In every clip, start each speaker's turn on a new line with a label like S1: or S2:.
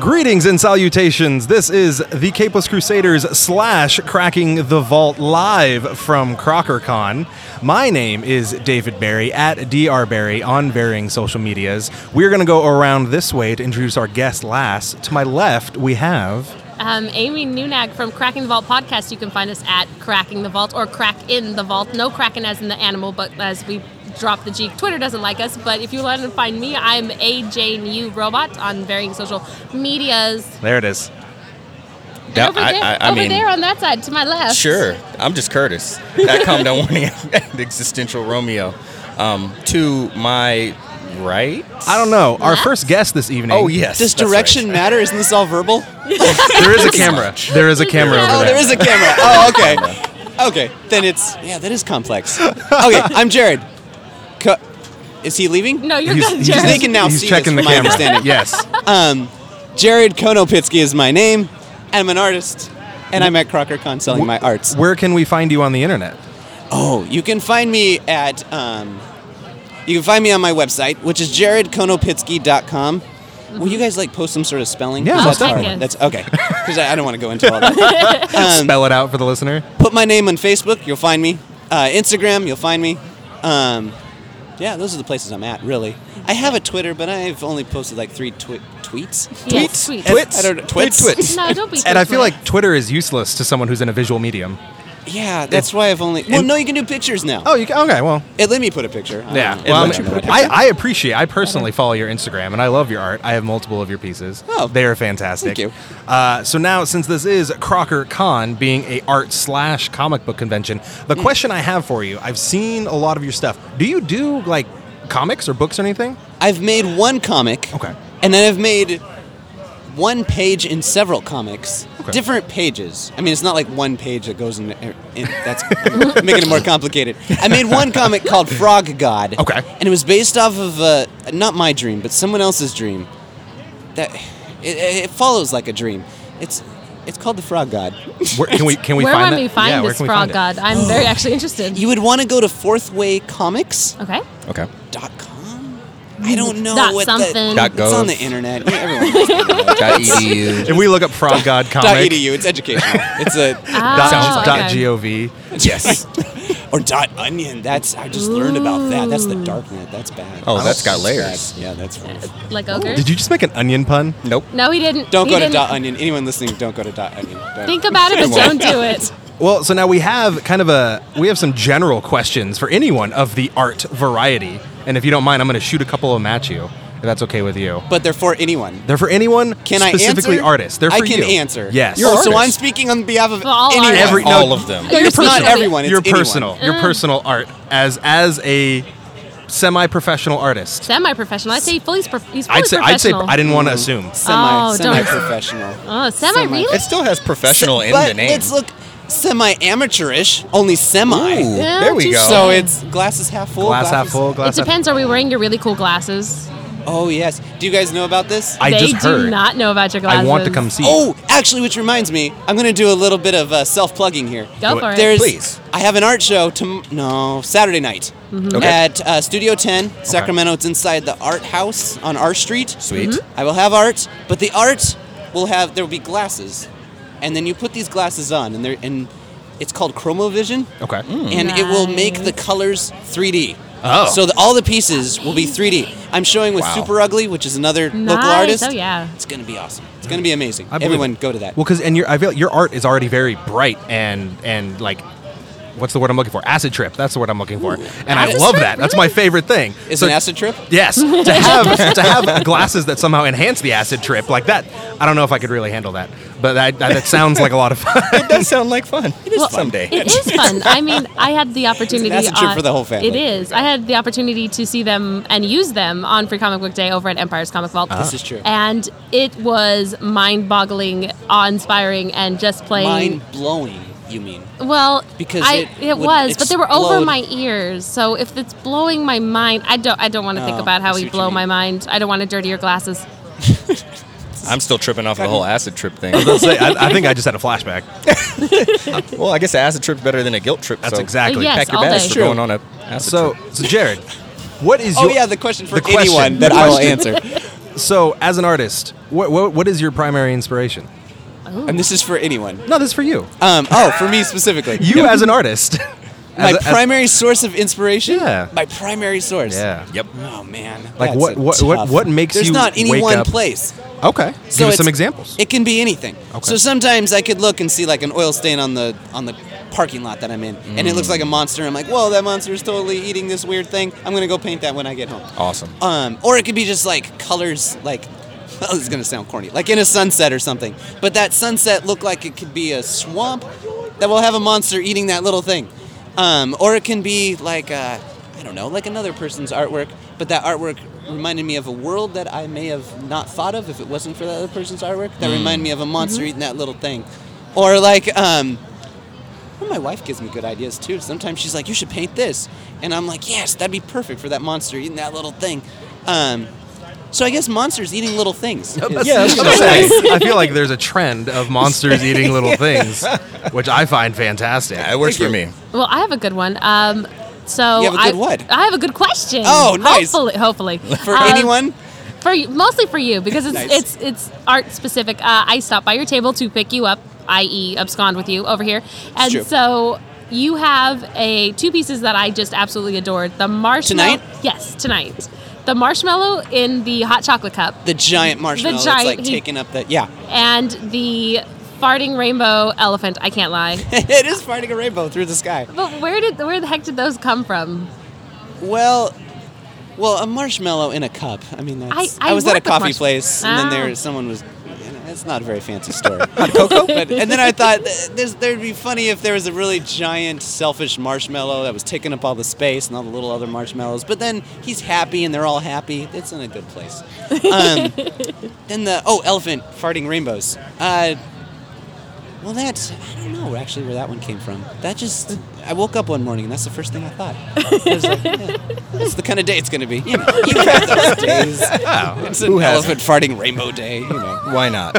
S1: Greetings and salutations. This is the Capeless Crusaders slash Cracking the Vault live from CrockerCon. My name is David Barry at drbarry on varying social medias. We're going to go around this way to introduce our guest last. To my left, we have.
S2: Um, Amy Nunag from Cracking the Vault podcast. You can find us at Cracking the Vault or Crack in the Vault. No Kraken as in the animal, but as we drop the G. Twitter doesn't like us, but if you want to find me, I'm AJNU Robot on varying social medias.
S1: There it is.
S3: Yeah,
S2: over
S3: I-
S2: there,
S3: I- I
S2: over
S3: mean-
S2: there on that side to my left.
S3: Sure. I'm just Curtis. That calm down warning existential Romeo. Um, to my right.
S1: I don't know. Our
S2: Left?
S1: first guest this evening.
S3: Oh yes.
S4: Does
S3: that's right.
S4: direction matter? Isn't this all verbal?
S1: There is a camera. There is a camera over
S4: Oh, there
S1: there.
S4: is a camera. Oh, okay. Okay, then it's yeah, that is complex. Okay, I'm Jared. Co- is he leaving?
S2: No, you're
S1: He's,
S2: good,
S1: he's-
S2: Jared.
S4: They can now
S1: he's
S4: see
S1: checking
S4: this,
S1: the
S4: from my
S1: camera.
S4: understanding.
S1: Yes.
S4: Um, Jared Konopitsky is my name. I'm an artist, and I'm at CrockerCon selling my arts.
S1: Where can we find you on the internet?
S4: Oh, you can find me at um, you can find me on my website, which is jaredkonopitsky.com. Will you guys like post some sort of spelling?
S1: Yeah,
S4: Is
S1: most
S4: that fine?
S2: definitely.
S4: That's okay. Because I, I don't want to go into all that. Um,
S1: Spell it out for the listener.
S4: put my name on Facebook, you'll find me. Uh, Instagram, you'll find me. Um, yeah, those are the places I'm at, really. I have a Twitter, but I've only posted like three twi- tweets.
S2: Yes, tweets.
S4: I don't know. Twits?
S2: No, don't be.
S1: And I feel
S2: twitch.
S1: like Twitter is useless to someone who's in a visual medium.
S4: Yeah, that's why I've only. Well, no, you can do pictures now.
S1: Oh, you can, okay. Well,
S4: It let me put a picture. I
S1: yeah.
S4: don't know. It
S1: Well,
S4: let
S1: I'm-
S4: you put a picture.
S1: I, I appreciate. I personally follow your Instagram, and I love your art. I have multiple of your pieces.
S4: Oh.
S1: they are fantastic.
S4: Thank you.
S1: Uh, so now, since this is Crocker Con, being a art slash comic book convention, the
S4: Hmm.
S1: question I have for you: I've seen a lot of your stuff. Do you do like comics or books or anything?
S4: I've made one comic.
S1: Okay.
S4: And then I've made one page in several comics,
S1: Okay.
S4: different pages. I mean, it's not like one page that goes in. in that's I'm making it more complicated. I made one comic called Frog God.
S1: Okay.
S4: And it was based off of uh, not my dream, but someone else's dream. That it, it follows like a dream. It's it's called the Frog God.
S1: Where, can we can we
S2: where
S1: find
S2: might
S1: that?
S2: we find
S1: Yeah, where
S2: this
S1: can we
S2: frog
S1: find it?
S2: god? I'm very
S3: Oh.
S2: actually interested.
S4: You would want to go to fourthwaycomics.com.
S2: okay.
S3: Okay.
S4: I don't
S2: Mm,
S4: know
S2: Dot
S4: what
S2: something.
S4: The,
S3: Dot
S4: It's on the
S3: gov.
S4: internet. Yeah, everyone knows the internet.
S3: Dot edu.
S1: If we look up frog god
S4: dot E
S1: comic
S4: edu. It's educational. It's a
S2: Oh,
S1: dot, dot
S2: okay.
S1: gov,
S3: yes.
S4: or dot onion. That's I just learned about that. That's the dark net. That's bad.
S3: Oh, that's got layers.
S4: Yeah, that's rough.
S2: Like ogre.
S1: did you just make an onion pun?
S3: Nope.
S2: No, he didn't.
S4: Don't
S2: he
S4: go to
S2: didn't.
S4: dot onion. Anyone listening, don't go to dot onion. Don't.
S2: Think about it, but
S3: Well.
S2: don't do it.
S1: Well, so now we have kind of a we have some general questions for anyone of the art variety, and if you don't mind, I'm going to shoot a couple of them at you, if that's okay with you.
S4: but they're for anyone.
S1: They're for anyone,
S4: Can I answer?
S1: specifically artists. They're for
S4: I can
S1: you.
S4: answer.
S1: Yes.
S4: Oh, so
S3: artist.
S4: I'm speaking on behalf of
S2: For all
S4: anyone.
S2: artists.
S1: Every-
S3: All
S1: no,
S3: of them.
S2: You're
S4: it's not
S2: speaking-
S4: everyone. It's
S1: your
S4: anyone.
S1: personal,
S2: Mm.
S1: your personal art as as a semi-professional artist.
S2: Semi-professional. I'd say fully. Prof- he's fully
S1: I'd say I'd say
S2: professional.
S1: I didn't want to assume.
S4: Semi,
S2: Oh, don't-
S4: semi-professional.
S2: Oh, semi
S4: Semi-
S2: really?
S3: It still has professional in
S4: but
S3: the name.
S4: let's look semi-amateurish. Only semi.
S3: Ooh,
S2: Yeah,
S3: there we
S2: too
S3: go.
S2: soft.
S4: So it's glasses half full.
S1: Glass half full,
S2: It
S1: glass half.
S2: depends. Are we wearing your really cool glasses?
S4: Oh yes. Do you guys know about this?
S1: I
S2: they
S1: just
S2: do
S1: heard.
S2: not know about your glasses.
S1: I want to come see. you.
S4: Oh, actually, which reminds me, I'm gonna do a little bit of uh, self-plugging here.
S2: Go
S1: Do
S2: for
S1: it.
S2: it.
S4: There's,
S3: Please.
S4: I have an art show tom- no Saturday night
S2: Mm-hmm.
S3: Okay.
S4: at uh, Studio 10, Sacramento. It's inside the Art House on R Street.
S3: Sweet.
S2: Mm-hmm.
S4: I will have art, but the art will have there will be glasses, and then you put these glasses on, and they're and it's called Chromovision,
S1: Okay.
S4: Hmm. and it will make the
S2: Nice.
S4: colors 3D.
S1: Oh.
S4: So the, all the pieces will be 3D. I'm showing with
S3: Wow.
S4: Super Ugly, which is another
S2: Nice.
S4: local artist.
S2: Oh yeah.
S4: It's gonna be awesome. It's gonna be amazing.
S1: I believe
S4: Everyone,
S1: it.
S4: go to that.
S1: Well, because and your I feel your art is already very bright and and like. What's the word I'm looking for? Acid trip. That's the word I'm looking for, and I
S4: Acid
S1: love
S2: trip,
S1: that. That's my
S2: really?
S1: favorite thing.
S4: Is
S1: So-
S4: an acid trip?
S1: Yes, to have to have glasses that somehow enhance the acid trip like that. I don't know if I could really handle that, but that, that, that sounds like a lot of fun.
S3: It does sound like fun. It is
S2: Well,
S3: someday.
S2: It is fun. I mean, I had the opportunity.
S4: It's an acid trip
S2: on-
S4: for the whole family.
S2: It is. I had the opportunity to see them and use them on Free Comic Book Day over at Empire's Comic Vault.
S1: Ah.
S4: This is true.
S2: And it was mind-boggling, awe-inspiring, and just plain.
S4: Mind blowing, you mean?
S2: well,
S4: Because
S2: I,
S4: it would
S2: was, but they were over
S4: explode.
S2: my ears. So if it's blowing my mind, I don't. I don't want to think
S4: Oh,
S2: about
S4: I
S2: how
S4: see
S2: we
S4: what you
S2: blow
S4: mean.
S2: my mind. I don't want to dirty your glasses.
S3: I'm still tripping off the whole acid trip thing.
S1: Let's say- I, I think I just had a flashback.
S3: well, I guess an acid trip's better than a guilt trip.
S1: That's
S3: so
S1: exactly.
S2: Yes,
S3: Pack your
S2: all
S3: bags.
S2: day.
S3: We're
S4: True.
S3: going on a acid
S1: So,
S3: trip.
S1: so Jared, what is
S4: Oh
S1: your
S4: yeah, the question for
S1: the question,
S4: anyone
S1: the
S4: that I will
S1: question.
S4: answer.
S1: So, as an artist, what, what, what is your primary inspiration?
S4: And this is for anyone.
S1: No, this is for you.
S4: Um, oh, for me specifically.
S1: You as an artist.
S4: my
S1: As a- as-
S4: primary source of inspiration.
S1: Yeah.
S4: My primary source.
S1: Yeah.
S3: Yep.
S4: Oh man.
S1: Like,
S4: that's
S1: what-
S4: a
S1: what- what-
S4: tough-
S1: what makes
S4: There's
S1: you
S4: not any
S1: wake
S4: one
S1: up-
S4: place.
S1: Okay.
S4: So
S1: Give us
S4: it's-
S1: some examples.
S4: It can be anything.
S1: Okay.
S4: So sometimes I could look and see like an oil stain on the on the parking lot that I'm in, and it looks like a monster. I'm like, whoa, that monster is totally eating this weird thing. I'm gonna go paint that when I get home.
S3: Awesome.
S4: Um, or it could be just like colors, like well, this is gonna sound corny, like in a sunset or something. But that sunset looked like it could be a swamp that will have a monster eating that little thing, um, or it can be like uh, I don't know, like another person's artwork. But that artwork reminded me of a world that I may have not thought of if it wasn't for that other person's artwork. That reminded me of a monster eating that little thing, or like. Um, well, my wife gives me good ideas too. Sometimes she's like, "You should paint this," and I'm like, "Yes, that'd be perfect for that monster eating that little thing." Um, so I guess monsters eating little things. is-
S1: yeah, I, I feel like there's a trend of monsters eating little things, which I find fantastic.
S3: Yeah, it works for
S4: Thank you.
S3: me.
S2: Well, I have a good one. Um, so
S4: You have a good
S2: I,
S4: what?
S2: I have a good question.
S4: Oh, nice.
S2: Hopefully, hopefully
S4: for
S2: Um,
S4: anyone.
S2: for you, mostly for you because it's
S4: Nice.
S2: it's it's art specific. Uh, I stopped by your table to pick you up, i.e., abscond with you over here, and
S4: true.
S2: so you have a two pieces that I just absolutely adored. The marshmallow.
S4: Tonight?
S2: Yes, tonight. The marshmallow in the hot chocolate cup
S4: The giant marshmallow that's
S2: giant-
S4: like
S2: he-
S4: taking up that. Yeah,
S2: and the farting rainbow elephant. I can't lie.
S4: it is fighting a rainbow through the sky.
S2: but where did where the heck did those come from?
S4: Well, well, a marshmallow in a cup. I mean, that's,
S2: I- I
S4: was at a
S2: work with
S4: coffee
S2: marsh-
S4: place, and then
S2: Ah.
S4: there someone was. It's not a very fancy store. Hot cocoa. But, and then I thought th- this, there'd be funny if there was a really giant, selfish marshmallow that was taking up all the space and all the little other marshmallows. But then he's happy, and they're all happy. It's in a good place. Um, then the oh, elephant farting rainbows. Uh, well, that's I don't know actually where that one came from. That just I woke up one morning and that's the first thing I thought. I was like, yeah, that's the kind of day it's going to be. You know, you have those days.
S3: Oh,
S4: It's an elephant farting rainbow day. You know.
S3: Why not?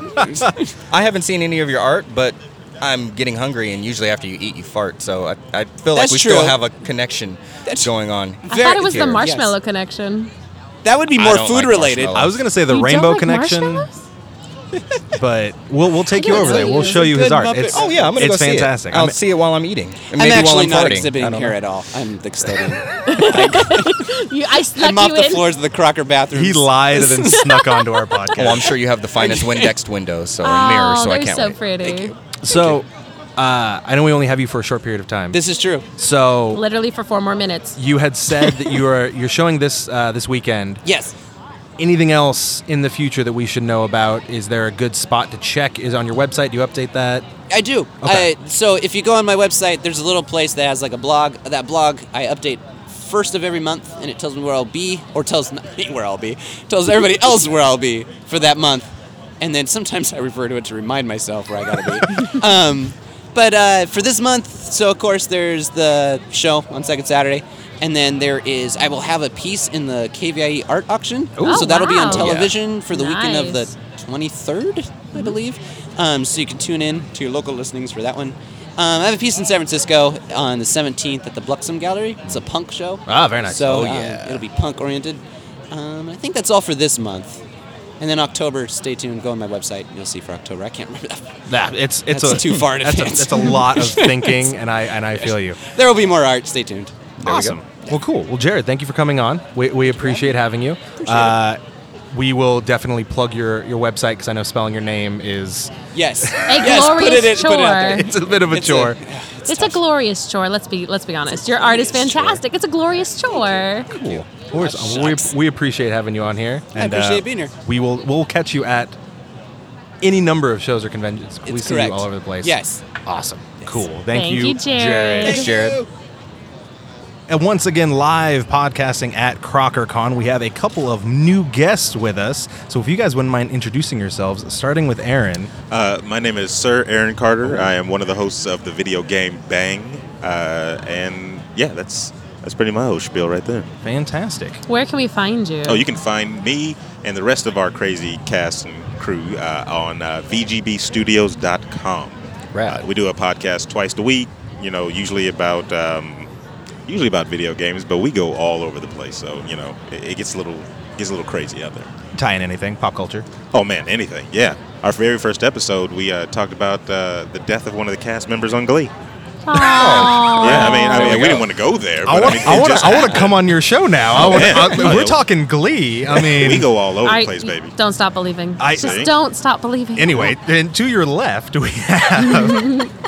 S3: I haven't seen any of your art, but I'm getting hungry, and usually after you eat, you fart. So I, I feel like
S4: That's
S3: we
S4: true.
S3: still have a connection going on.
S2: I thought it was
S3: here.
S2: the marshmallow
S4: Yes.
S2: connection.
S4: That would be
S3: I
S4: more
S3: don't
S4: food
S3: like
S4: related.
S3: marshmallow.
S1: I was gonna say the
S2: You don't
S1: rainbow
S2: like
S1: connection,
S2: marshmallows?
S1: but we'll we'll take you
S2: don't
S1: over there.
S2: see
S1: We'll
S2: it.
S1: show
S4: It's a
S1: you his
S4: good
S1: art.
S4: Muppet.
S1: It's
S3: Oh yeah, I'm gonna
S1: it's
S3: go see it.
S1: fantastic.
S3: I'll
S1: I'm-
S3: see it while I'm eating. And
S4: I'm
S3: maybe while
S4: actually
S3: I'm
S4: not
S3: farting. I
S4: exhibiting
S3: don't
S4: here
S3: know.
S4: at all. I'm the custodian.
S2: You, I
S4: I
S2: snuck
S4: mop
S2: you
S4: the
S2: in.
S4: floors of the Crocker bathrooms.
S1: he lied and then snuck onto our podcast.
S3: Well, I'm sure you have the finest Windexed windows, so
S2: oh,
S3: a mirror, so
S2: they're
S3: I can't
S2: so
S3: wait.
S2: pretty.
S1: so, uh, I know we only have you for a short period of time.
S4: This is true.
S1: so
S2: Literally for four more minutes.
S1: you had said that you are you're showing this uh, this weekend.
S4: Yes.
S1: Anything else in the future that we should know about? Is there a good spot to check? Is on your website? Do you update that?
S4: I do.
S1: Okay.
S4: I, so if you go on my website, there's a little place that has like a blog. That blog I update first of every month, and it tells me where I'll be, or tells not me where I'll be, tells everybody else where I'll be for that month. And then sometimes I refer to it to remind myself where I gotta be. um, but uh, for this month, so of course there's the show on second Saturday, and then there is I will have a piece in the KVIE E art auction.
S1: Ooh. Oh,
S4: so that'll be on
S2: wow.
S4: television for the weekend of the
S2: Nice.
S4: 23rd, I believe. Um, so you can tune in to your local listenings for that one. Um, I have a piece in San Francisco on the 17th at the Bluxom Gallery. It's a punk show.
S1: Ah, very nice.
S4: So
S1: Oh,
S4: um,
S1: yeah.
S4: it'll be punk oriented. Um, I think that's all for this month. And then October, stay tuned. Go on my website. and You'll see for October. I can't remember that.
S1: That it's it's
S4: That's
S1: a,
S4: too far in
S1: that's a,
S4: advance.
S1: that's a lot of thinking, and I and I feel you.
S4: There will be more art. Stay tuned.
S1: There we go. Well, cool. Well, Jared, thank you for coming on. We, we appreciate having you. Uh, we will definitely plug your, your website because I know spelling your name is
S4: Yes.
S2: A
S4: yes, put it in,
S2: glorious
S4: Put it out there.
S2: chore.
S1: it's a bit of a
S4: It's a-
S1: chore.
S2: It's, a glorious chore. Let's be let's be honest. Your art is
S4: glorious chore.
S2: fantastic. It's a glorious chore.
S1: cool. Well, it's- we, we appreciate having you on here. uh,
S4: I appreciate being here.
S1: We will we'll catch you at any number of shows or conventions. we
S4: It's
S1: see
S4: correct.
S1: you all over the place.
S4: Yes.
S1: Awesome. Cool. Thank,
S2: Thank you, Jared.
S4: Thank
S3: Thanks, Jared.
S4: you.
S1: And once again, live podcasting at CrockerCon. We have a couple of new guests with us. So if you guys wouldn't mind introducing yourselves, starting with Aaron.
S5: Uh, my name is Sir Aaron Carter. I am one of the hosts of the video game Bang, uh, and yeah, that's that's pretty my whole spiel right there.
S1: Fantastic.
S2: Where can we find you?
S5: Oh, you can find me and the rest of our crazy cast and crew uh, on uh, VGBstudios.com.
S3: Rad.
S5: Uh, we do a podcast twice a week. You know, usually about um, usually about video games, but we go all over the place. So you know, it, it gets a little gets a little crazy out there.
S1: Tie in anything, pop culture.
S5: Oh man, anything. Yeah. Our very first episode, we uh, talked about uh, the death of one of the cast members on Glee. Yeah, I mean, I
S3: There
S5: mean,
S3: we
S5: we,
S3: go.
S5: didn't want to go there. But,
S1: I want,
S5: mean, it
S1: I want,
S5: just
S1: to, I want to
S5: happened.
S1: come on your show now. I wanna,
S5: Yeah.
S1: I, we're
S5: Yeah.
S1: talking Glee. I mean,
S5: We go all over
S2: I-
S5: the place, baby.
S2: Don't stop believing.
S1: I-
S5: See?
S2: Just don't stop believing.
S1: Anyway, then to your left, we have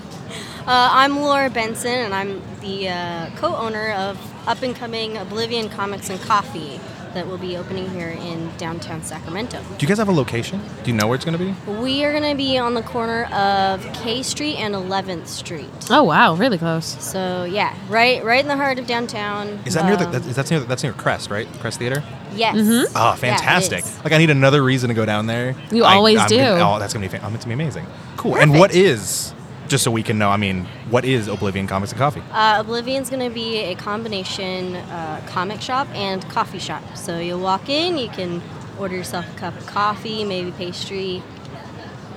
S6: Uh, I'm Laura Benson, and I'm the uh, co-owner of up and coming Oblivion Comics and Coffee that will be opening here in downtown Sacramento.
S1: Do you guys have a location? Do you know where it's going to be?
S6: We are going to be on the corner of K Street and 11th Street.
S2: Oh wow, really close.
S6: So yeah, right, right in the heart of downtown.
S1: Is that near the?
S6: Um,
S1: That's, that's near. That's near Crest, right? Crest Theater.
S6: yes.
S1: Oh,
S6: Yeah, it
S1: fantastic!
S6: is.
S1: like I need another reason to go down there.
S2: You
S1: I-
S2: always
S1: I'm
S2: do.
S1: Gonna, oh, that's gonna be. Fan- oh, it's gonna be amazing. Cool. And what is? Just so we can know. I mean, what is Oblivion Comics and Coffee?
S6: Uh, Oblivion's going to be a combination uh, comic shop and coffee shop. So you'll walk in, you can order yourself a cup of coffee, maybe pastry,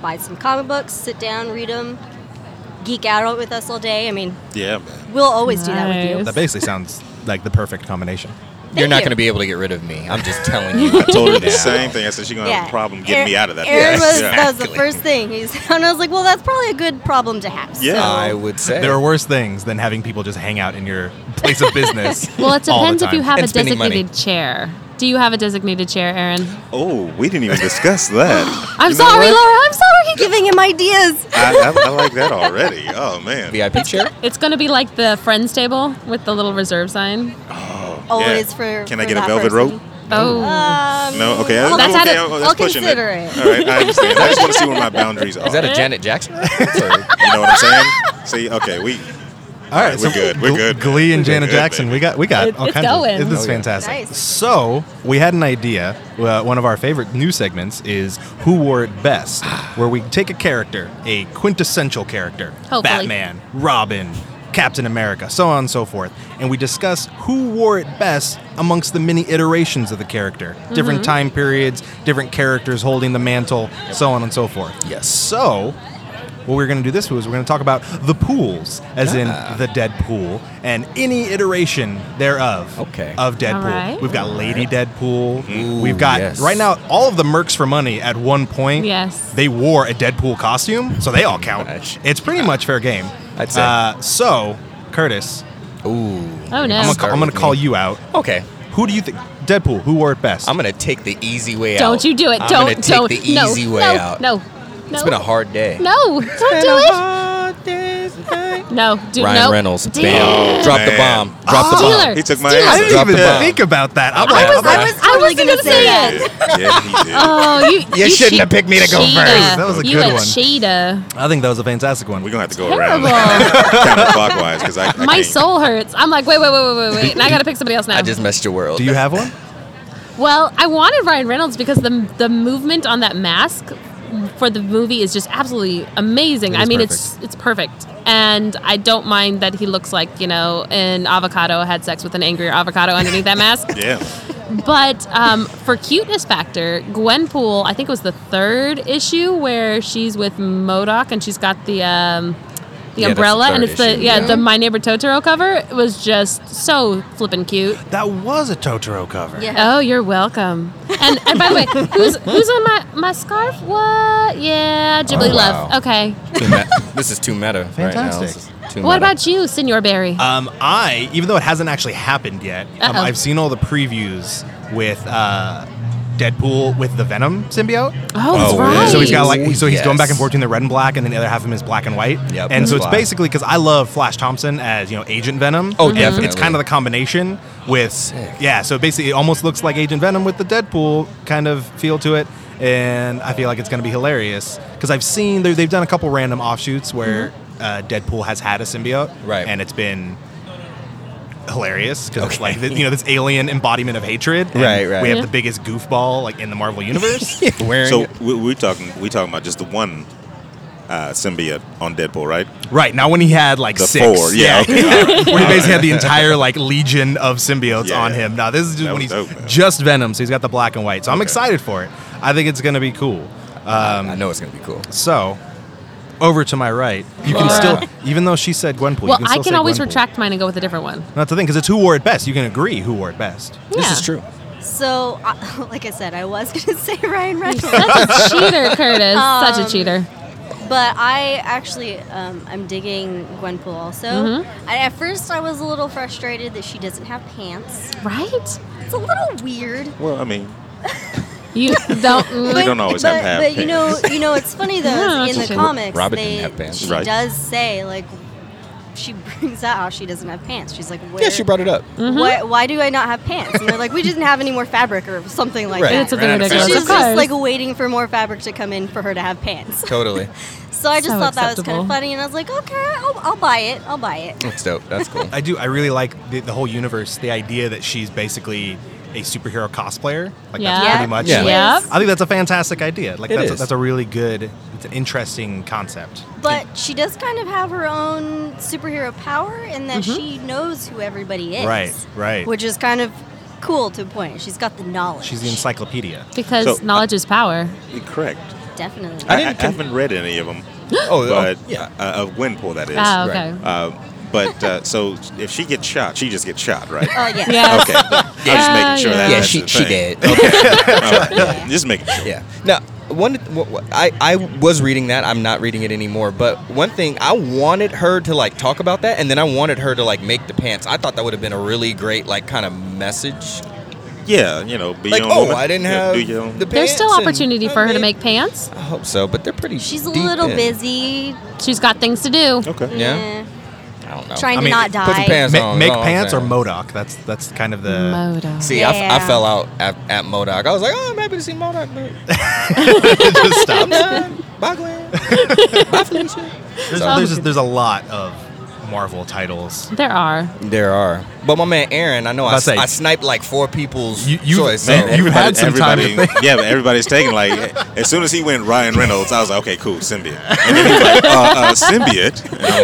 S6: buy some comic books, sit down, read them, geek out with us all day. I mean,
S5: Yeah, man.
S6: we'll always do that with
S2: Nice.
S6: you.
S1: That basically sounds like the perfect combination.
S3: You're not
S6: you.
S3: going to be able to get rid of me. I'm just telling you.
S5: I told her the
S3: now.
S5: same thing. I said she's gonna have a problem getting
S6: Aaron-
S5: me out of that.
S6: Aaron
S5: place.
S6: was,
S5: yeah.
S6: That was the
S3: Exactly.
S6: first thing. He said, and I was like, well, that's probably a good problem to have.
S5: Yeah.
S3: I would say
S1: There are worse things than having people just hang out in your place of business.
S2: Well, it
S1: all the
S2: depends if
S1: time.
S2: you have
S3: And
S2: a
S3: spending money.
S2: designated chair. Do you have a designated chair, Aaron?
S5: Oh, we didn't even discuss that.
S2: I'm
S5: You know
S2: sorry,
S5: what?
S2: Laura. I'm sorry.
S6: Sorry, giving him ideas.
S5: I, I, I like that already. Oh man.
S3: VIP chair.
S2: It's gonna be like the friends table with the little reserve sign.
S6: Always for.
S5: Can I
S6: for
S5: get a
S6: that
S5: velvet
S6: person.
S5: rope?
S2: Oh,
S6: Um,
S5: No. Okay.
S6: I'll-
S2: That's
S5: That's
S2: how
S5: okay.
S2: to-
S5: oh, that's
S6: I'll
S5: pushing
S6: consider it.
S5: All right. I understand. I just want to see where my boundaries are.
S3: Is that a Janet Jackson? reference, or-
S5: you know what I'm saying? See. Okay. We.
S1: All right,
S5: Alright, we're good, we're
S1: Gl-
S5: good.
S1: Glee and
S5: We're
S1: Janet
S5: good,
S1: Jackson,
S5: baby.
S1: we got we got
S2: It-
S1: all
S2: it's
S1: kinds
S2: going.
S1: of. This is
S3: Oh, yeah.
S1: fantastic.
S6: Nice.
S1: So we had an idea. Uh, one of our favorite new segments is Who Wore It Best, where we take a character, a quintessential character,
S2: Hopefully.
S1: Batman, Robin, Captain America, so on and so forth, and we discuss who wore it best amongst the many iterations of the character,
S2: Mm-hmm.
S1: different time periods, different characters holding the mantle, so on and so forth.
S3: Yes.
S1: So what we're going to do this was we're going to talk about the pools, as
S3: Ah.
S1: in the Deadpool, and any iteration thereof
S3: Okay.
S1: of Deadpool.
S2: right.
S1: We've got Lady Deadpool.
S3: Ooh,
S1: We've got
S3: yes.
S1: right now all of the mercs for money at one point.
S2: Yes.
S1: they wore a Deadpool costume, so they all count.
S3: Gosh.
S1: It's pretty much fair game.
S3: I'd say.
S1: Uh, so, Curtis,
S3: Ooh.
S2: Oh, no.
S1: I'm gonna,
S2: Start
S1: ca- I'm gonna call you out.
S3: Okay.
S1: Who do you think Deadpool? Who wore it best?
S3: I'm gonna take the easy way out.
S2: don't you do it.
S3: I'm
S2: don't
S3: gonna take
S2: don't
S3: the easy
S2: no,
S3: way
S2: no,
S3: out.
S2: No. No.
S3: It's been a hard day.
S2: No, don't do it. No, do
S3: Ryan
S2: no.
S3: Reynolds.
S2: Damn.
S3: Bam. Drop the
S5: Oh, man.
S3: bomb. Drop the bomb.
S2: Dealer.
S5: He took my
S2: Stealer.
S1: I
S5: answer.
S1: didn't
S3: Drop the
S1: even
S3: bomb.
S1: think about that. I'm like,
S6: I was,
S1: okay.
S6: I was
S2: I
S6: totally
S2: wasn't
S6: going
S2: gonna
S6: to say,
S2: say
S6: that.
S5: Yeah, yeah, he did.
S2: Oh, you,
S3: You shouldn't have picked me to go
S2: cheetah.
S3: first.
S1: That was a
S2: you
S1: good
S2: a
S1: one.
S2: cheetah.
S1: I think that was a fantastic one.
S5: We're gonna have to go around
S2: Terrible.
S5: counterclockwise because I, I
S2: My
S5: can't-
S2: soul hurts. I'm like, wait, wait, wait, wait, wait, wait. And I gotta pick somebody else now.
S3: I just messed your world.
S1: Do you have one?
S2: Well, I wanted Ryan Reynolds because the the movement on that mask for the movie is just absolutely amazing.
S1: It
S2: I
S1: is
S2: mean, it's it's perfect, and I don't mind that he looks like you know an avocado had sex with an angrier avocado underneath that mask.
S5: Yeah.
S2: But um, for cuteness factor, Gwenpool, I think it was the third issue where she's with Modoc and she's got the um, the
S3: Yeah, that's the
S2: umbrella, and
S3: third
S2: it's the
S3: issue,
S2: yeah,
S3: yeah.
S2: the My Neighbor Totoro cover. It was just so flippin' cute.
S1: That was a Totoro cover.
S6: Yeah.
S2: Oh, you're welcome. And and by the way, who's who's on my my scarf? What? Yeah, Ghibli
S3: Oh,
S2: love.
S3: wow.
S2: Okay.
S3: Too me- this is too meta right now. This is
S1: Fantastic.
S3: too
S2: What
S3: meta.
S2: about you, Senor Barry?
S3: Uh,
S1: Um, I, even though it hasn't actually happened yet, um,
S2: Uh-oh.
S1: I've seen all the previews with uh, Deadpool with the Venom symbiote.
S2: oh, that's
S3: oh,
S2: right.
S1: So he's got like
S3: Ooh,
S1: so he's going back and
S3: yes.
S1: forth between the red and black, and then the other half of him is black and white.
S3: Yep,
S1: and so it's
S3: that's why.
S1: basically because I love Flash Thompson as you know Agent Venom.
S3: Oh,
S1: and It's
S3: definitely.
S1: kind of the combination with yeah. So basically, it almost looks like Agent Venom with the Deadpool kind of feel to it, and I feel like it's going to be hilarious because I've seen they- they've done a couple random offshoots where uh, Deadpool has had a symbiote,
S3: Mm-hmm. Right.
S1: and it's been. Hilarious because it's like the, you know this alien embodiment of hatred. and
S3: Right, right.
S1: We have
S2: Yeah.
S1: the biggest goofball like in the Marvel universe.
S3: Wearing
S5: So we, we're talking. We're talking about just the one uh, symbiote on Deadpool, right?
S1: Right now, when he had like
S5: The
S1: six,
S5: four. Yeah. Okay. all right.
S1: when he basically had the entire like legion of symbiotes
S5: Yeah,
S1: on
S5: yeah.
S1: him. Now this is just
S5: That
S1: when he's
S5: was dope, man.
S1: just Venom, so he's got the black and white. So I'm
S5: Okay.
S1: excited for it. I think it's gonna be cool.
S3: Um, I know it's gonna be cool.
S1: So, over to my right, you can
S2: Laura.
S1: still, even though she said Gwenpool, you
S2: well,
S1: can
S2: I
S1: still
S2: can
S1: say
S2: always
S1: Gwenpool.
S2: retract mine and go with a different one.
S1: That's the thing, because it's who wore it best. You can agree who wore it best.
S2: Yeah.
S3: This is true.
S6: So, uh, like I said, I was going to say Ryan Reynolds.
S2: Such a cheater, Curtis. Such a cheater.
S6: But I actually, um, I'm digging Gwenpool also.
S2: Mm-hmm.
S6: I, at first, I was a little frustrated that she doesn't have pants.
S2: Right?
S6: It's a little weird.
S5: Well, I mean,
S2: You don't. mm,
S5: They don't always
S6: but,
S5: have half
S6: But you know, you know, it's funny though.
S2: Yeah, that's
S6: is in the
S2: true. Ro-
S6: comics,
S3: Robin
S6: they,
S3: didn't have pants.
S6: she
S5: Right.
S6: does say like, she brings out how she doesn't have pants. She's like, Where,
S3: Yeah, she brought it up.
S6: why,
S2: Mm-hmm.
S6: why do I not have pants? And they're like, we didn't have any more fabric or something like
S3: Right.
S6: that.
S2: It's a
S3: Ran out
S2: bit
S3: of
S2: ridiculous.
S3: fabric.
S6: She's
S2: Of
S6: just
S2: course.
S6: like waiting for more fabric to come in for her to have pants.
S3: Totally.
S6: So I just
S2: So
S6: thought that was kind
S2: acceptable.
S6: of funny, and I was like, okay, I'll, I'll buy it. I'll buy it.
S3: That's dope. That's cool.
S1: I do. I really like the, the whole universe. The idea that she's basically a superhero cosplayer. Like that's
S2: Yeah.
S1: pretty much.
S3: Yeah.
S1: like-
S2: Yeah.
S1: I think that's a fantastic idea. Like
S3: It
S1: that's a,
S3: is.
S1: that's a really good. It's an interesting concept.
S6: But she does kind of have her own superhero power in that she knows who everybody is.
S1: Right, right.
S6: Which is kind of cool to a point. She's got the knowledge.
S1: She's the encyclopedia.
S2: Because
S5: So- uh,
S2: knowledge is power.
S5: correct.
S6: Definitely.
S5: I, I,
S3: didn't con-
S5: haven't read any of them,
S3: Oh,
S5: but
S3: yeah.
S5: uh, of Gwenpool that is.
S2: Ah, okay.
S3: right.
S5: Uh, but uh, so if she gets shot, she just gets shot, right?
S6: Oh, yeah.
S2: Yes.
S5: Okay. I'm just making
S2: Oh,
S5: sure
S2: yeah.
S3: Yeah,
S5: that that's
S3: she,
S5: the
S3: she
S5: thing.
S3: did.
S6: Yeah.
S5: Just making sure.
S3: Yeah. Now, one, wh- wh- I, I was reading that. I'm not reading it anymore. But one thing, I wanted her to like talk about that, and then I wanted her to like make the pants. I thought that would have been a really great like kind of message.
S5: Yeah, you know, be
S3: Like,
S5: your own
S3: oh,
S5: woman.
S3: I didn't
S5: Yeah,
S3: have
S5: do your own-
S3: the pants.
S2: There's still
S3: and-
S2: opportunity
S3: I
S2: for her to
S3: mean,
S2: make pants.
S3: I hope so, but they're pretty.
S6: She's a
S3: deep
S6: little
S3: in.
S6: busy.
S2: She's got things to do.
S5: Okay.
S3: Yeah. Oh.
S6: eh,
S3: I don't know.
S6: Trying
S1: I mean,
S6: to not die.
S3: put some pants
S1: Ma-
S3: on.
S1: make
S3: that's all I'm
S1: pants or
S3: saying.
S1: Modoc. That's that's kind of
S5: Uh,
S1: the.
S2: Modo.
S3: See, I f- I,
S6: Yeah.
S3: fell out at, at Modoc. I was like, oh, I'm happy to see Modoc, but
S1: Just stop.
S3: done. Bye, Glenn. Bye, Felicia.
S1: There's,
S3: So-
S1: there's, there's a lot of Marvel titles.
S2: There are.
S3: There are. But my man Aaron, I know I,
S1: About to say-
S3: I sniped like four people's
S1: You- you-
S3: choice.
S1: man,
S3: so-
S1: you- You've had some time to
S5: everybody, Yeah, but everybody's taking like as soon as he went Ryan Reynolds, I was like, okay, cool, symbiote. And then he was like, uh, uh, symbiote. And I'm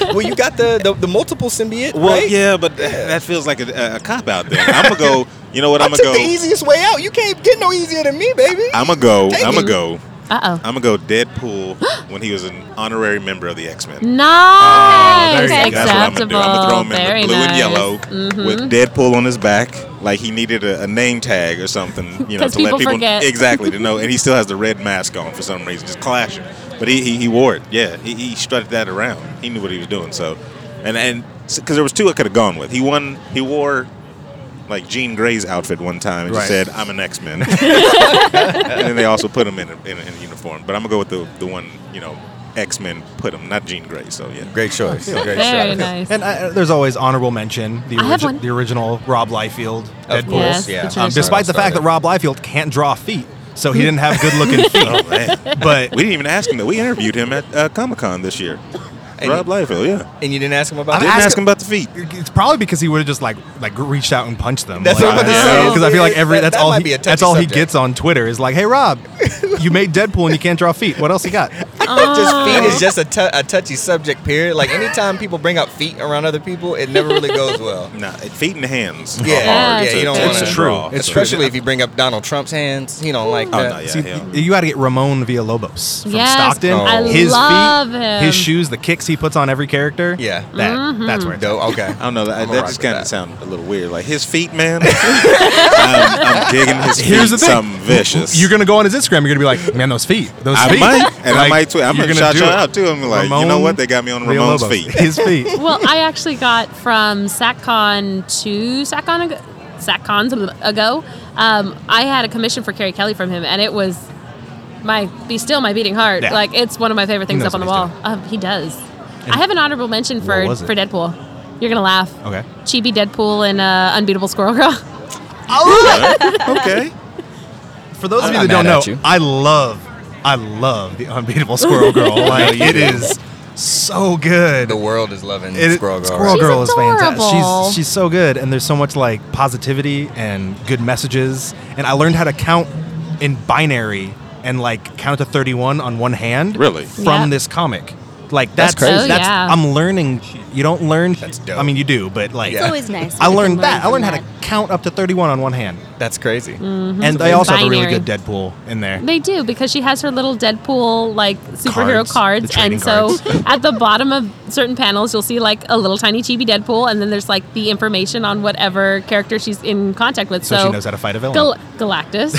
S3: well, you got the, the, the multiple symbiote,
S5: well,
S3: right?
S5: yeah, but th- that feels like a, a cop out then. I'm gonna go. You know what?
S3: I
S5: I'm
S3: took the
S5: gonna go.
S3: easiest way out. You can't get no easier than me, baby.
S5: I'm gonna go.
S3: Thank
S5: I'm
S3: you.
S5: gonna go.
S2: Uh oh.
S5: I'm gonna go. Deadpool when he was an honorary member of the X Men.
S2: Nice.
S6: there you go.
S5: That's what I'm gonna
S2: Acceptable.
S5: do. I'm gonna throw him in
S2: Very
S5: the blue
S2: nice.
S5: and yellow
S2: Mhm.
S5: with Deadpool on his back, like he needed a, a name tag or something, you know,
S2: 'Cause
S5: to let
S2: people
S5: people
S2: forget.
S5: exactly to know. And he still has the red mask on for some reason, just clashing. But he he, he wore it. Yeah, he, he strutted that around. He knew what he was doing. So, and and because there was two I could have gone with. He won. He wore. Like Jean Grey's outfit one time, and
S1: Right.
S5: she said, "I'm an X Men," and then they also put him in a, in, a, in a uniform. But I'm gonna go with the the one, you know, X Men put him, not Jean Grey. So yeah,
S3: Great choice. Great
S2: Very
S3: choice.
S2: nice.
S1: And uh, there's always honorable mention the,
S2: I have
S1: origi-
S2: one.
S1: the original Rob Liefeld
S3: Of
S1: Deadpool.
S2: Yes,
S3: course,
S2: the
S3: yeah.
S2: traditional.
S1: Um, despite the fact that Rob Liefeld can't draw feet, so he didn't have good looking feet.
S5: Oh, man.
S1: But
S5: We didn't even ask him that. We interviewed him at uh, Comic Con this year.
S3: And
S5: Rob
S3: you-
S5: Liefeld, yeah.
S3: and you didn't ask him about
S1: I'm
S5: Didn't
S3: that?
S1: ask
S5: ask,
S1: him-
S5: him about the feet.
S1: it's probably because he would have just like like reached out and punched them.
S3: That's
S1: like,
S5: what I'm about to say.
S1: Because I feel like every
S3: That-
S1: that's
S3: that
S1: all
S3: might
S1: he,
S3: be a touchy
S1: that's all he
S3: subject.
S1: gets on Twitter is like, "Hey Rob, you made Deadpool and you can't draw feet. What else you got?"
S3: just feet
S5: Uh.
S3: is just a tou- a touchy subject. Period. Like anytime people bring up feet around other people, it never really goes well.
S5: Nah, feet and hands.
S3: Yeah,
S2: Oh,
S5: are hard
S3: yeah,
S5: to-
S3: you don't
S5: to
S3: wanna-
S5: draw.
S1: True. It's true.
S3: Especially if you bring up Donald Trump's hands, he don't like
S5: Oh,
S3: that.
S5: no, yeah,
S1: See,
S5: hell.
S1: you, got to get Ramon Villalobos from
S2: Yes,
S1: Stockton.
S3: I
S1: his
S2: love
S1: feet,
S2: him.
S1: his shoes, the kicks he puts on every character.
S3: Yeah.
S1: that
S2: Mm-hmm.
S1: that's where it's at.
S3: Dope. Okay.
S5: I don't know. That,
S3: I'ma
S5: that
S3: rock
S5: just
S3: with
S5: kind of
S3: that.
S5: sounded a little weird. Like his feet, man. I'm, I'm digging his feet.
S1: Here's the thing.
S5: Something vicious.
S1: You're gonna go on his Instagram. You're gonna be like, man, those feet. Those
S5: I
S1: feet.
S5: might, and I
S1: Like,
S5: might tweet. I'm
S1: you're
S5: gonna shout
S1: do
S5: y'all
S1: it.
S5: out to him. Like, you know
S1: Ramon
S5: what? They got me on
S1: Villalobos.
S5: Ramon's feet.
S1: His feet.
S2: well, I actually got from SatCon to SatCon ago, SatCons ago. Um, I had a commission for Carrie Kelly from him, and it was my be still my beating heart.
S1: Yeah.
S2: Like it's one of my favorite things
S1: knows
S2: up on the
S1: what he's
S2: wall. Um, he does. I have an honorable mention for
S1: was it?
S2: for Deadpool. You're gonna laugh.
S1: Okay.
S2: Chibi Deadpool and uh, Unbeatable Squirrel Girl.
S5: okay.
S1: For those of
S3: I'm
S1: you
S3: not
S1: that don't
S3: mad
S1: know,
S3: at you.
S1: I love, I love the unbeatable Squirrel Girl. Like it is so good.
S3: The world is loving
S1: It-
S3: Squirrel Girl.
S1: Squirrel
S2: She's
S1: Girl is fantastic.
S2: adorable.
S1: She's she's so good, and there's so much like positivity and good messages. And I learned how to count in binary and like count to 31 on one hand.
S5: Really?
S1: From
S2: Yep.
S1: this comic. Like that's
S3: crazy.
S2: Oh,
S1: that's-
S2: yeah.
S1: I'm learning. You don't learn.
S3: That's dope.
S1: I mean, you do, but like
S6: It's always nice.
S1: I
S6: when you can
S1: learned
S6: learn
S1: that. I
S6: from
S1: learned how
S6: that.
S1: to count up to 31 on one hand,
S3: That's crazy.
S1: and they also have a really
S2: Mm-hmm. Binary.
S1: good Deadpool in there.
S2: They do because she has her little Deadpool like superhero
S1: Cards,
S2: cards,
S1: the trading
S2: and so
S1: cards.
S2: at the bottom of certain panels you'll see like a little tiny chibi Deadpool, and then there's like the information on whatever character she's in contact with.
S1: So
S2: So,
S1: she knows how to fight a villain.
S2: Gal- Galactus,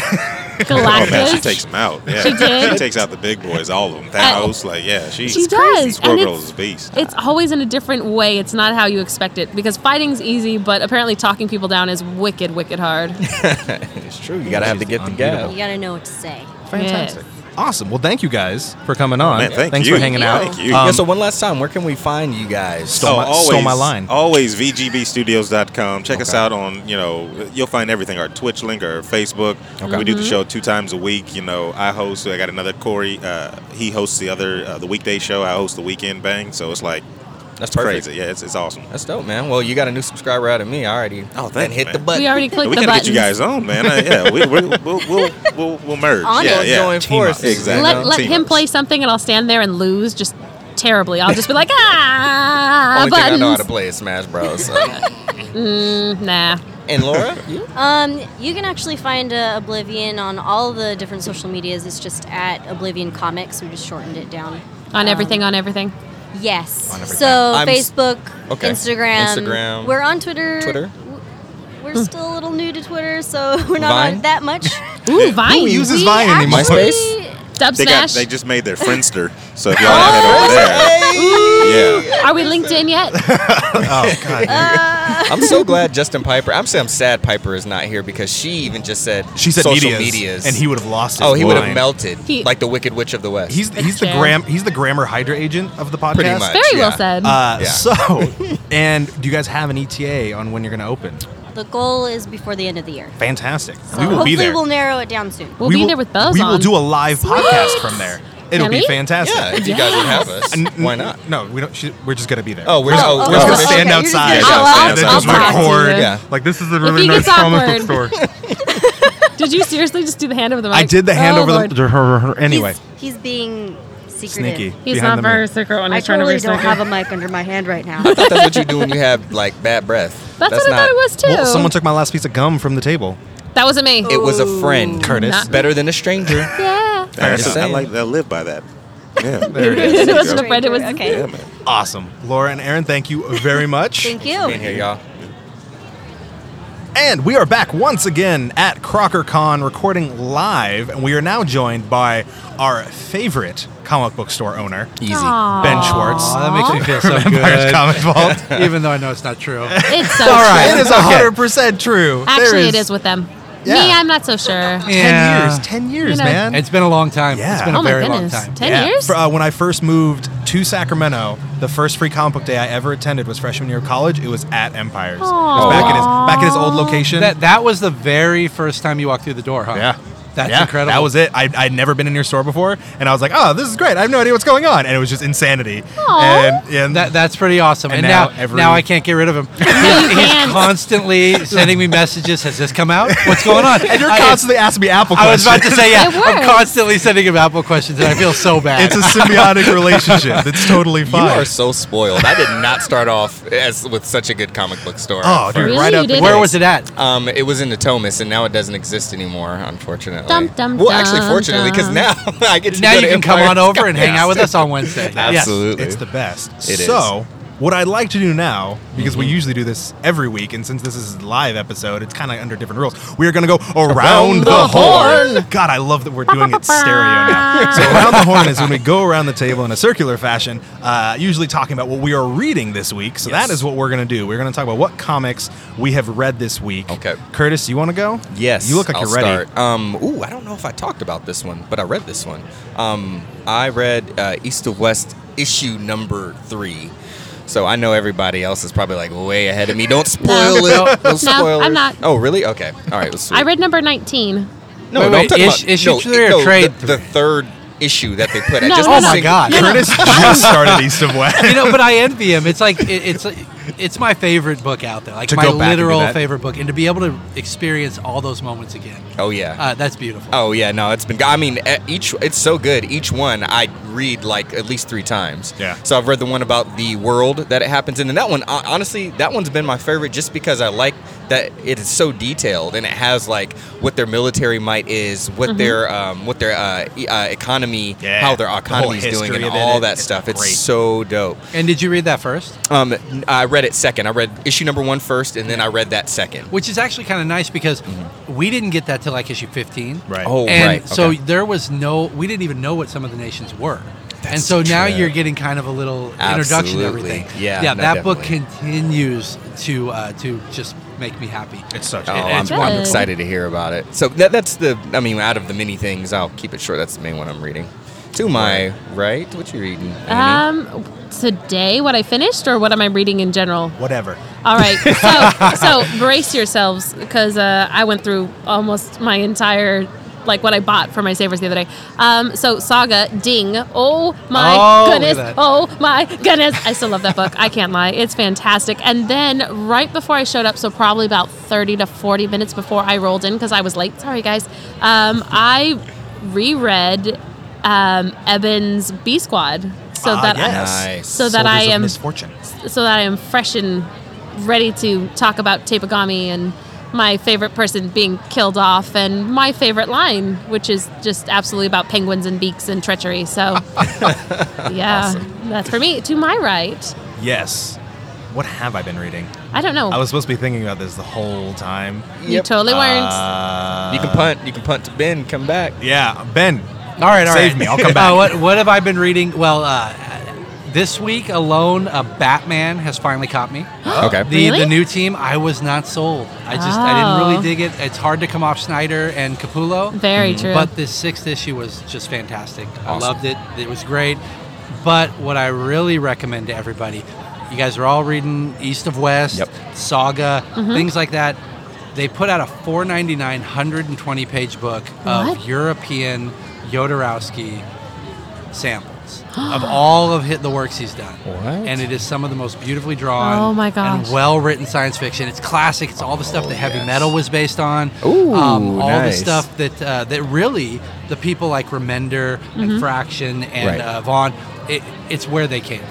S5: Oh man, she
S2: Galactus.
S5: takes them out. Yeah.
S2: She did?
S5: takes out the big boys, all of them. Thanos, like yeah, she,
S2: She does,
S5: Squirrel
S2: and
S5: Girl
S2: it's-
S5: is a beast.
S2: it's always in a different way. It's not how you expect it because fighting's easy, but apparently talking people down is wicked, wicked hard.
S3: It's true. You gotta have to get the
S1: Unbeatable.
S3: gab.
S6: You gotta know what to say.
S1: Fantastic.
S2: Yes.
S1: Awesome. Well, thank you guys for coming on.
S5: Man, thank
S1: Thanks
S5: you.
S1: for hanging out.
S5: Thank you.
S1: Um,
S3: yeah, so one last time, where can we find you guys?
S1: Stole my- stole my line.
S5: Oh, Always VGBstudios.com. Check us
S1: Okay.
S5: out on, you know, you'll find everything our Twitch link, our Facebook. We do the
S2: Mm-hmm.
S5: show two times a week. You know, I host, I got another Corey. Uh, he hosts the other, uh, the weekday show. I host the weekend bang. So it's like
S3: That's perfect.
S5: crazy. Yeah, it's, it's awesome.
S3: That's dope, man. Well, you got a new subscriber out of me already.
S5: Oh, thank
S3: And
S5: you,
S3: hit
S5: man.
S3: the button.
S2: we already
S5: Yeah,
S2: clicked
S5: we
S2: the
S5: gotta
S2: button.
S5: get you guys on, man. Uh, yeah, we, we, we'll, we'll, we'll, we'll merge.
S6: On
S5: yeah,
S6: it.
S5: yeah.
S3: Going
S1: Team
S3: forth.
S1: up.
S5: Exactly.
S2: Let, let
S5: Team
S2: him
S5: ups.
S2: play something, and I'll stand there and lose just terribly. I'll just be like, ah,
S3: Only thing I know how
S2: buttons.
S3: to play is Smash Bros. so.
S2: Mm, nah.
S3: and Laura, you?
S6: Um, you can actually find uh, Oblivion on all the different social medias. It's just at Oblivion Comics. We just shortened it down.
S2: On everything, on everything.
S6: Yes.
S1: everything.
S6: So
S3: I'm s-
S6: Facebook,
S3: okay.
S6: Instagram.
S3: Instagram.
S6: We're on Twitter.
S3: Twitter.
S6: W- We're still a little new to Twitter, so we're not
S3: Vine?
S6: on that much.
S2: Ooh, Vine.
S1: Who uses
S6: We
S1: Vine anymore?
S6: actually-
S3: MySpace?
S2: Dub
S5: They, got,
S2: Smash. Oh,
S5: they just made their Friendster. So if y'all head over there. Yeah.
S2: Are we linked in yet?
S1: Oh God.
S3: I'm so glad Justin Piper. I'm saying I'm sad Piper is not here because she even just said
S1: she said
S3: social
S1: medias,
S3: medias.
S1: and he would have lost. His
S3: oh, he would have
S1: mind.
S3: melted
S2: He-
S3: like the Wicked Witch of the West.
S1: He's he's the
S2: Fair.
S1: gram he's the grammar hydra agent of the podcast.
S3: Pretty much.
S2: Very well
S3: yeah.
S2: said.
S1: Uh,
S3: Yeah.
S1: So, and do you guys have an ETA on when you're going to open?
S6: The goal is before the end of the year.
S1: Fantastic.
S6: So
S1: we will
S6: hopefully
S1: be there.
S6: we'll narrow it down soon.
S2: we'll
S1: We
S2: be
S1: will-
S2: there with Buzz
S1: We
S2: on.
S1: will do a live podcast from there. It'll
S2: Can
S1: be
S2: we?
S1: fantastic.
S3: yeah. If you guys would have us,
S1: N- n-
S3: why not?
S1: No, we don't. She, we're just gonna be there.
S3: Oh, we're- oh,
S1: we're just
S3: oh,
S1: gonna
S3: okay,
S1: stand
S6: you're just
S1: outside.
S6: gonna-
S5: Yeah,
S2: oh,
S5: stand
S2: I'll,
S5: outside.
S2: I'll
S5: Just
S2: talk to
S1: record.
S2: you.
S3: Yeah.
S1: Like this is a
S2: he
S1: really nice
S2: gets
S1: comic book
S2: awkward.
S1: store.
S2: Did you seriously just do the hand over the mic?
S1: I did the hand
S2: Oh,
S1: over
S2: Lord.
S1: the her- her- anyway.
S6: He's, he's being secretive.
S1: Sneaky.
S2: He's
S1: behind
S2: not
S1: the mic.
S2: very secret when
S6: I
S2: he's trying to
S6: totally
S2: raise
S6: don't have a mic under my hand right now.
S3: I thought that's what you do when you have like bad breath.
S2: That's, what I thought it was too.
S1: Well, someone took my last piece of gum from the table.
S2: that wasn't me.
S3: It was a friend,
S1: Curtis. Not-
S3: Better than a stranger.
S2: yeah.
S5: I,
S3: Just
S5: I
S3: saying.
S5: like I live by that. Yeah.
S1: There it is.
S2: it wasn't a friend. It was.
S6: Okay.
S5: Yeah, man.
S1: Awesome, Laura and Aaron. Thank you very much.
S6: Thank you.
S3: Being here, y'all.
S1: And we are back once again at CrockerCon recording live, and we are now joined by our favorite comic book store owner,
S3: Easy.
S2: Aw.
S1: Ben Schwartz.
S7: Aw, that makes me feel so
S1: from Empire's
S7: good.
S1: Comic Vault.
S7: Even though I know it's not true.
S2: It's so
S1: All right,
S2: true.
S1: it is hundred percent true. There
S2: Actually, it is with them. Me,
S1: Yeah.
S2: I'm not so sure.
S1: ten
S7: Yeah.
S1: years, ten years,
S2: You know.
S1: man.
S7: It's been a long time.
S1: Yeah.
S7: It's been
S1: Oh
S7: a
S2: my
S7: very long
S2: goodness.
S7: time.
S2: Ten
S1: Yeah.
S2: years?
S1: For, uh, when I first moved to Sacramento, the first free comic book day I ever attended was freshman year of college. It was at Empire's. It was back at his
S2: Aww.
S1: back at his old location.
S7: That that was the very first time you walked through the door, huh?
S1: Yeah.
S7: That's
S1: Yeah,
S7: incredible.
S1: That was it. I, I'd never been in your store before, and I was like, "Oh, this is great! I have no idea what's going on," and it was just insanity.
S2: Aw.
S1: And, and
S7: That, that's pretty awesome.
S1: And
S7: And,
S1: now
S7: now,
S1: every-
S7: now I can't get rid of him. He's,
S2: you can't.
S7: constantly sending me messages. Has this come out? What's going on?
S1: and you're
S7: I-
S1: constantly asking me Apple
S7: I was
S1: questions.
S7: about to say, yeah,
S2: It
S7: I'm
S2: works.
S7: constantly sending him Apple questions, and I feel so bad.
S1: it's a symbiotic relationship. It's totally
S3: You
S1: fine.
S3: are so spoiled. I did not start off as with such a good comic book store.
S1: oh, dude,
S2: Really?
S1: right
S2: You
S1: up.
S2: didn't?
S7: Where was it at?
S1: Uh,
S3: Um, it was in the Thomas, and now it doesn't exist anymore, unfortunately.
S2: Dum, dum,
S3: well, actually,
S2: dum,
S3: fortunately, because
S2: dum.
S3: now I get to
S7: Now
S3: go
S7: you
S3: to
S7: can come
S3: Empire
S7: on over and hang
S3: State.
S7: out with us on Wednesday.
S1: Yes,
S3: Absolutely.
S1: it's the best.
S3: It is. Mm-hmm.
S1: so, what I'd like to do now, because we usually do this every week, and since this is a live episode, it's kind of under different rules. We are going to go around, the,
S3: the
S1: horn. God, I love that we're doing it stereo now. So, around the horn is when we go around the table in a circular fashion, uh, usually talking about what we are reading this week. So, that is what we're going to do. We're going to talk about what comics we have read this week.
S3: Okay.
S1: Curtis, you want to go?
S3: Yes,
S1: You look like
S3: I'll
S1: you're ready.
S3: Start. Um, ooh, I don't know if I talked about this one, but I read this one. Um, I read uh, East of West issue number three, so I know everybody else is probably like way ahead of me. Don't spoil it. No, spoilers.
S2: I'm not.
S3: Oh, really? Okay. All right. Sweet.
S2: I read number 19.
S3: No,
S7: Wait,
S3: don't
S7: wait,
S3: talk
S7: ish-
S3: about
S7: issue
S3: no,
S7: three or
S3: no,
S7: trade
S3: the, the third issue that they put. out.
S2: No,
S3: Just
S2: no,
S7: Oh
S3: a
S7: my
S3: single-
S7: God.
S1: Curtis just started East of West.
S7: you know, but I envy him. It's like it, it's like, it's my favorite book out there. Like
S1: To
S7: my
S1: go back and do
S7: literal
S1: that.
S7: favorite book, and to be able to experience all those moments again.
S3: Oh yeah.
S7: Uh, that's beautiful.
S3: Oh yeah, no, it's been. I mean, e- each it's so good. Each one I read like at least three times.
S1: Yeah.
S3: So I've read the one about the world that it happens in, and that one hon- honestly, that one's been my favorite just because I like that it is so detailed and it has like what their military might is,
S2: Mm-hmm.
S3: what their um, what their uh, e- uh, economy,
S1: Yeah.
S3: how their
S1: The whole
S3: economy is doing,
S1: history
S3: and
S1: of it,
S3: all
S1: it-
S3: that
S1: it's
S3: stuff. It's
S1: great.
S3: so dope.
S7: And did you read that first?
S3: Um, n- I read it second. I read issue number one first, and then I read that second.
S7: Which is actually kind of nice because we didn't get that till like issue 15.
S1: Mm-hmm. Right.
S3: Oh
S7: and
S3: right.
S7: so
S3: okay.
S7: there was no, we didn't even know what some of the nations were. and
S3: That's
S7: so now
S3: true.
S7: you're getting kind of a little introduction to
S3: Absolutely.
S7: everything.
S3: Yeah,
S7: Yeah,
S3: no,
S7: that book
S3: definitely.
S7: continues to uh, to just make me happy.
S1: It's such.
S3: Oh,
S1: it-
S3: I'm,
S1: it's
S2: Good.
S3: I'm excited to hear about it. So that, that's the, I mean, out of the many things, I'll keep it short. That's the main one I'm reading. To my right, what you reading? Amy?
S2: Um, today, what I finished, or what am I reading in general?
S1: whatever.
S2: All right, so so brace yourselves because uh, I went through almost my entire like what I bought for my savers the other day. Um, so Saga Ding. Oh my
S7: Oh, look at
S2: goodness.
S7: that.
S2: Oh my goodness. I still love that book. I can't lie. It's fantastic. And then right before I showed up, so probably about 30 to 40 minutes before I rolled in because I was late. Sorry guys. Um, I reread um, Eben's B Squad so
S1: Ah,
S2: that
S1: yes.
S2: I,
S3: Nice.
S2: so that I
S1: Soldiers of
S2: am
S1: misfortune.
S2: so that I am fresh and ready to talk about Tapagami and my favorite person being killed off and my favorite line, which is just absolutely about penguins and beaks and treachery. So, yeah, that's for me. To my right,
S1: Yes. What have I been reading?
S2: I don't know.
S1: I was supposed to be thinking about this the whole time.
S2: you
S3: Yep.
S2: totally weren't.
S1: Uh,
S3: you can punt. You can punt to Ben. Come back.
S1: Yeah, Ben.
S7: All right, all right.
S1: Save me, I'll come back.
S7: Uh, what, what have I been reading? Well, uh, this week alone, a Batman has finally caught me.
S3: okay.
S7: The,
S2: Really?
S7: the new team, I was not sold. I just I
S2: Oh.
S7: didn't really dig it. It's hard to come off Snyder and Capullo.
S2: Very true.
S7: But the sixth issue was just fantastic. I
S3: Mm-hmm. Awesome.
S7: loved it. It was great. But what I really recommend to everybody, you guys are all reading East of West,
S3: Yep.
S7: Saga,
S2: Mm-hmm.
S7: things like that. They put out a 499 120 page book
S2: What?
S7: of European Yodorowski samples of all of hit the works he's done.
S3: What?
S7: And it is some of the most beautifully drawn
S2: Oh my gosh.
S7: and well written science fiction. It's classic. It's all the
S1: Oh,
S7: stuff that heavy
S3: yes.
S7: metal was based on. Um,
S3: Ooh,
S7: all the
S3: nice.
S7: stuff that uh, that really the people like Remender
S2: Mm-hmm.
S7: and Fraction and
S3: Right.
S7: uh, Vaughn. It, it's where they came.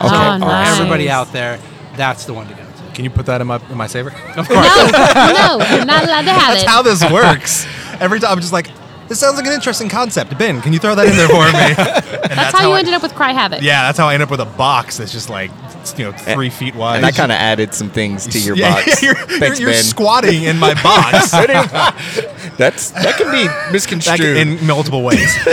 S2: Oh,
S3: Okay,
S7: For
S3: all right.
S2: nice.
S7: everybody out there, that's the one to go to.
S1: Can you put that in my in my saver?
S2: no, no, you're not allowed to have
S1: That's
S2: it.
S1: how this works. Every time I'm just like, this sounds like an interesting concept. Ben, can you throw that in there for me? And
S2: that's, how you
S1: I-
S2: ended up with Cry Havoc.
S1: Yeah, that's how I end up with a box that's just like you know three feet wide.
S3: And I kind of added some things to your
S1: yeah,
S3: box.
S1: You're,
S3: Thanks,
S1: you're, you're
S3: Ben.
S1: squatting in my box
S3: That's that can be
S1: That can-
S3: misconstrued.
S1: in multiple ways.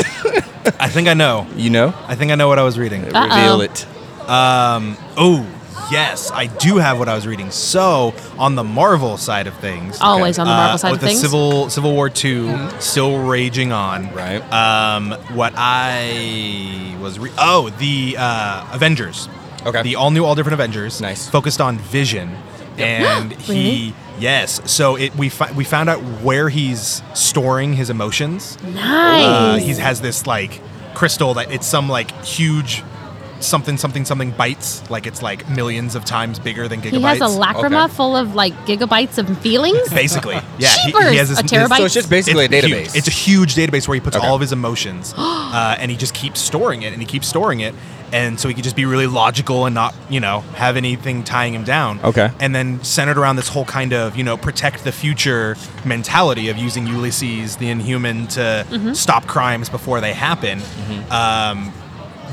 S1: I think I know.
S3: you know,
S1: I think I know what I was reading.
S3: reveal it.
S1: Oh, yes, I do have what I was reading. So, on the Marvel side of things, uh,
S2: Always on the Marvel side
S1: with
S2: of things. Mm-hmm.
S1: the Civil Civil War 2 still raging on.
S3: Right.
S1: Um, what I was re- oh the uh, Avengers.
S3: Okay.
S1: The all new, all different Avengers.
S3: Nice.
S1: Focused on Vision, and he. Yes, so it we fi- we found out where he's storing his emotions. Uh,
S2: Nice.
S1: he has this like crystal that it's some like huge something something something bytes like it's like millions of times bigger than gigabytes
S2: he has a lacrima
S3: Okay.
S2: full of like gigabytes of feelings.
S1: basically yeah he- he,
S2: Jeepers,
S1: has this
S2: a terabyte?
S3: So it's just basically a database.
S1: huge. It's a huge database where he puts
S3: Okay.
S1: all of his emotions, uh, and he just keeps storing it, and he keeps storing it, and so he could just be really logical and not, you know, have anything tying him down.
S3: Okay.
S1: And then centered around this whole kind of, you know, protect the future mentality of using Ulysses, the Inhuman, to
S2: Mm-hmm.
S1: stop crimes before they happen.
S3: Mm-hmm.
S1: Um,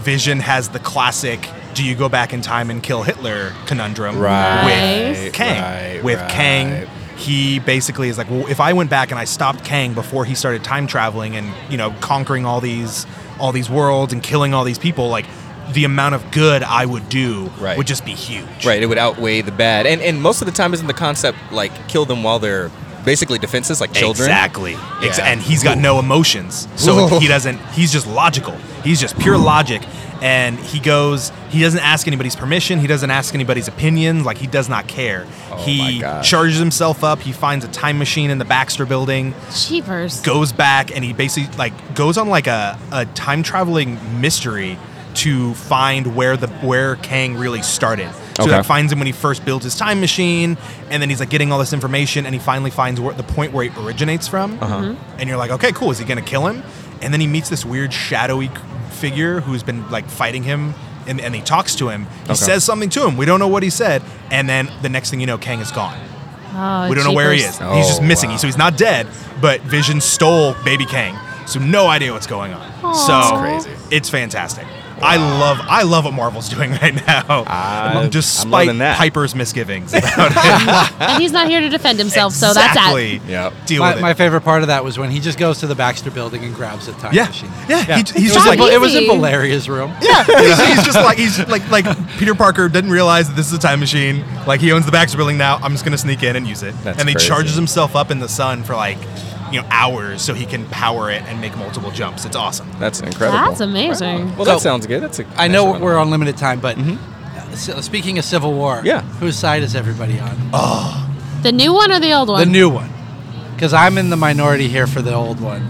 S1: Vision has the classic. Do you go back in time and kill Hitler conundrum
S2: Right,
S1: with Kang?
S3: right,
S1: with
S3: right.
S1: Kang, he basically is like, well, if I went back and I stopped Kang before he started time traveling and you know conquering all these all these worlds and killing all these people, like the amount of good I would do
S3: Right.
S1: would just be huge.
S3: Right, it would outweigh the bad. And and most of the time isn't the concept like kill them while they're basically defenseless, like children.
S1: Exactly. Ex-
S3: Yeah.
S1: And he's got no emotions. So
S3: Ooh.
S1: he doesn't, he's just logical. He's just pure logic. And he goes, he doesn't ask anybody's permission. He doesn't ask anybody's opinions. Like, he does not care. he
S3: Oh my gosh.
S1: charges himself up. He finds a time machine in the Baxter building.
S2: Cheapers.
S1: goes back and he basically like goes on like a, a time traveling mystery to find where the where Kang really started. So he,
S3: Okay.
S1: like finds him when he first builds his time machine, and then he's like getting all this information, and he finally finds where, the point where it originates from.
S2: Mm-hmm.
S1: And you're like, okay, cool. Is he gonna kill him? And then he meets this weird shadowy c- figure who's been like fighting him, and, and he talks to him. He says something to him. We don't know what he said, and then the next thing you know, Kang is gone.
S2: Oh,
S1: We don't know where he is.
S2: jeepers.
S1: He's just
S3: Oh,
S1: missing.
S3: wow.
S1: So he's not dead, but Vision stole Baby Kang. So no idea what's going on.
S2: Aw.
S1: So
S2: That's
S3: crazy.
S1: It's fantastic. I love I love what Marvel's doing right now.
S3: I- I'm
S1: despite
S3: loving that.
S1: Piper's misgivings about it.
S2: And he's not here to defend himself, so that's at.
S1: exactly.
S3: Yep.
S1: Deal
S7: My,
S1: with
S7: my
S1: it.
S7: favorite part of that was when he just goes to the Baxter building and grabs the time
S1: Yeah.
S7: machine.
S1: Yeah, he- he's
S7: It was
S1: just
S7: in-
S1: like-
S7: it was in
S2: Easy.
S7: Valeria's room.
S1: yeah, he's, he's just like he's like like Peter Parker didn't realize that this is a time machine. Like he owns the Baxter Building now. I'm just gonna sneak in and use it.
S3: That's
S1: and he
S3: crazy.
S1: charges himself up in the sun for like you know hours so he can power it and make multiple jumps. It's awesome.
S3: That's incredible.
S2: That's amazing.
S3: Well,
S7: So-
S3: that sounds good. That's a
S7: I
S3: nice
S7: know
S3: one.
S7: we're on limited time, but
S1: Mm-hmm.
S7: s- speaking of Civil War,
S3: Yeah.
S7: whose side is everybody on?
S2: The new one or the old one?
S7: The new one, because I'm in the minority here for the old one.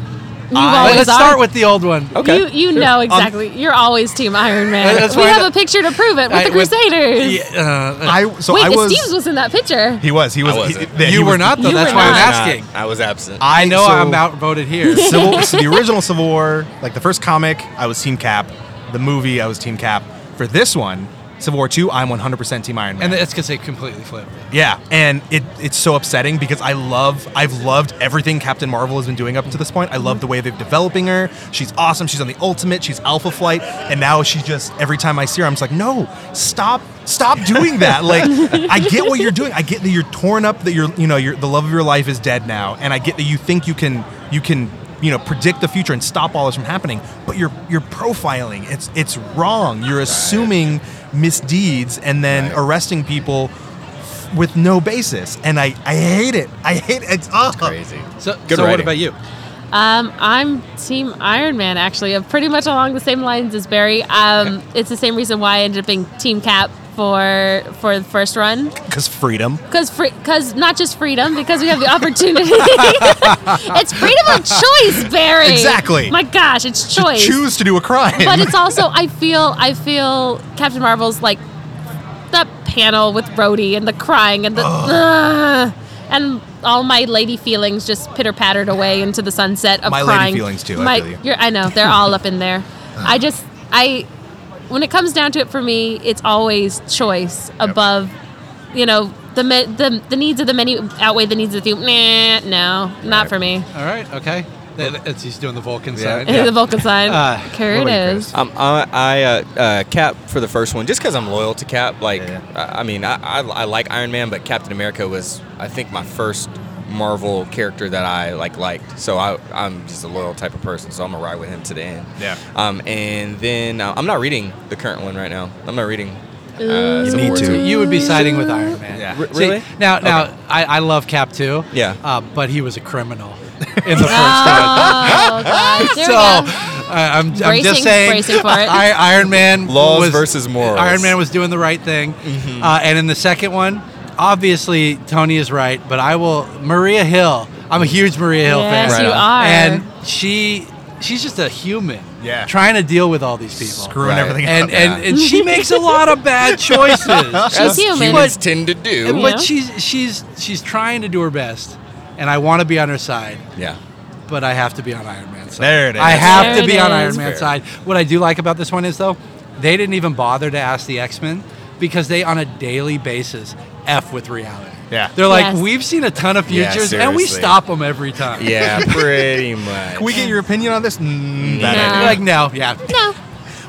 S2: You
S7: Uh,
S2: always
S7: let's
S2: are.
S7: start with the old one.
S3: Okay,
S2: You you know exactly. You're always Team Iron Man.
S7: That's
S2: we
S7: why I
S2: have
S7: know-
S2: a picture to prove it with
S7: I-
S2: the Crusaders.
S7: Yeah, uh,
S1: I so
S2: Wait,
S1: I was
S2: Steve's was in that picture.
S1: he was he was
S3: I
S1: he-
S3: wasn't.
S1: yeah, he
S7: you
S1: was-
S7: were not though.
S2: You
S7: That's
S2: were
S7: why I'm
S2: not.
S7: asking.
S3: I was absent.
S7: I know
S1: so-
S7: I'm outvoted here.
S1: Civil, so the original Civil War, like the first comic, I was Team Cap. The movie, I was Team Cap. For this one, Civil War Two, I'm 100% Team Iron Man.
S7: and it's because they completely flipped.
S1: Yeah, and it it's so upsetting because I love I've loved everything Captain Marvel has been doing up to this point. I love the way they're developing her. She's awesome. She's on the ultimate. She's Alpha Flight, and now she just every time I see her, I'm just like, no, stop, stop doing that. Like, I get what you're doing. I get that you're torn up. That you're you know you the love of your life is dead now, and I get that you think you can you can you know predict the future and stop all this from happening but you're you're profiling it's it's wrong you're assuming misdeeds and then arresting people with no basis, and I, I hate it. I hate it. It's, oh.
S3: Crazy.
S7: So,
S3: Good
S7: so what
S3: writing.
S7: about you?
S2: Um, I'm Team Iron Man, actually. I'm pretty much along the same lines as Barry. Um, It's the same reason why I ended up being Team Cap for for the first run.
S1: Because freedom.
S2: Because because not just freedom, because we have the opportunity. it's freedom of choice, Barry.
S1: Exactly.
S2: My gosh, it's
S1: To
S2: choice.
S1: choose to do a crime.
S2: but it's also I feel I feel Captain Marvel's like that panel with Rhodey and the crying and the ugh, and all my lady feelings just pitter pattered away into the sunset of
S1: My lady
S2: crying.
S1: feelings too, I feel you.
S2: are I know they're all up in there. I just I when it comes down to it for me, it's always choice above you know. The, me- the, the needs of the many outweigh the needs of the few. Nah, no, not for me.
S7: All right, okay. Th- th- It's, he's doing the Vulcan side.
S2: the Vulcan sign.
S7: Uh,
S2: Here
S7: what
S2: it
S7: about you, Chris?
S2: is.
S3: Um, I, I uh, uh, Cap for the first one, just because I'm loyal to Cap. Like, I, I mean, I, I, I like Iron Man, but Captain America was, I think, my first Marvel character that I like liked. So I, I'm just a loyal type of person. So I'm gonna ride with him to the end.
S1: Yeah.
S3: Um, and then uh, I'm not reading the current one right now. I'm not reading.
S2: Ooh.
S3: Uh,
S2: You
S3: Civil
S1: need
S3: War
S1: to.
S3: two.
S7: You would be siding with Iron Man.
S1: Yeah.
S3: R-
S7: See,
S3: really?
S7: Now, now I, I love Cap too.
S3: Yeah.
S7: Uh, but he was a criminal in the first one.
S2: Oh, gosh. Here
S7: so
S2: we go.
S7: I- I'm, I'm just
S2: Bracing-
S7: saying,
S2: bracing for it.
S7: I, Iron Man
S3: Laws
S7: was-
S3: versus morals.
S7: Iron Man was doing the right thing, uh, and in the second one, obviously Tony is right, but I will Maria Hill. I'm a huge Maria Hill
S2: Yes,
S7: fan,
S3: you
S2: are.
S7: and she she's just a human,
S1: Yeah.
S7: trying to deal with all these people.
S1: Screwing
S3: Right.
S1: everything
S7: and,
S1: up.
S7: and and she makes a lot of bad choices.
S2: She's human.
S3: Humans tend to do.
S2: Yeah.
S7: But she's she's she's trying to do her best, and I want to be on her side,
S3: Yeah.
S7: but I have to be on Iron Man's side.
S1: There it is.
S7: I have
S2: There
S7: to
S2: it
S7: be on
S2: is.
S7: Iron Man's
S3: Fair.
S7: side. What I do like about this one is though, they didn't even bother to ask the X Men because they on a daily basis f with reality.
S1: Yeah.
S7: They're like,
S2: Yes.
S7: we've seen a ton of
S3: Yeah,
S7: futures, and we
S3: seriously.
S7: stop them every time.
S3: Yeah. Pretty much.
S1: Can we get your opinion on this? Mm, bad
S2: No.
S1: idea.
S7: They're like, no, yeah.
S2: No.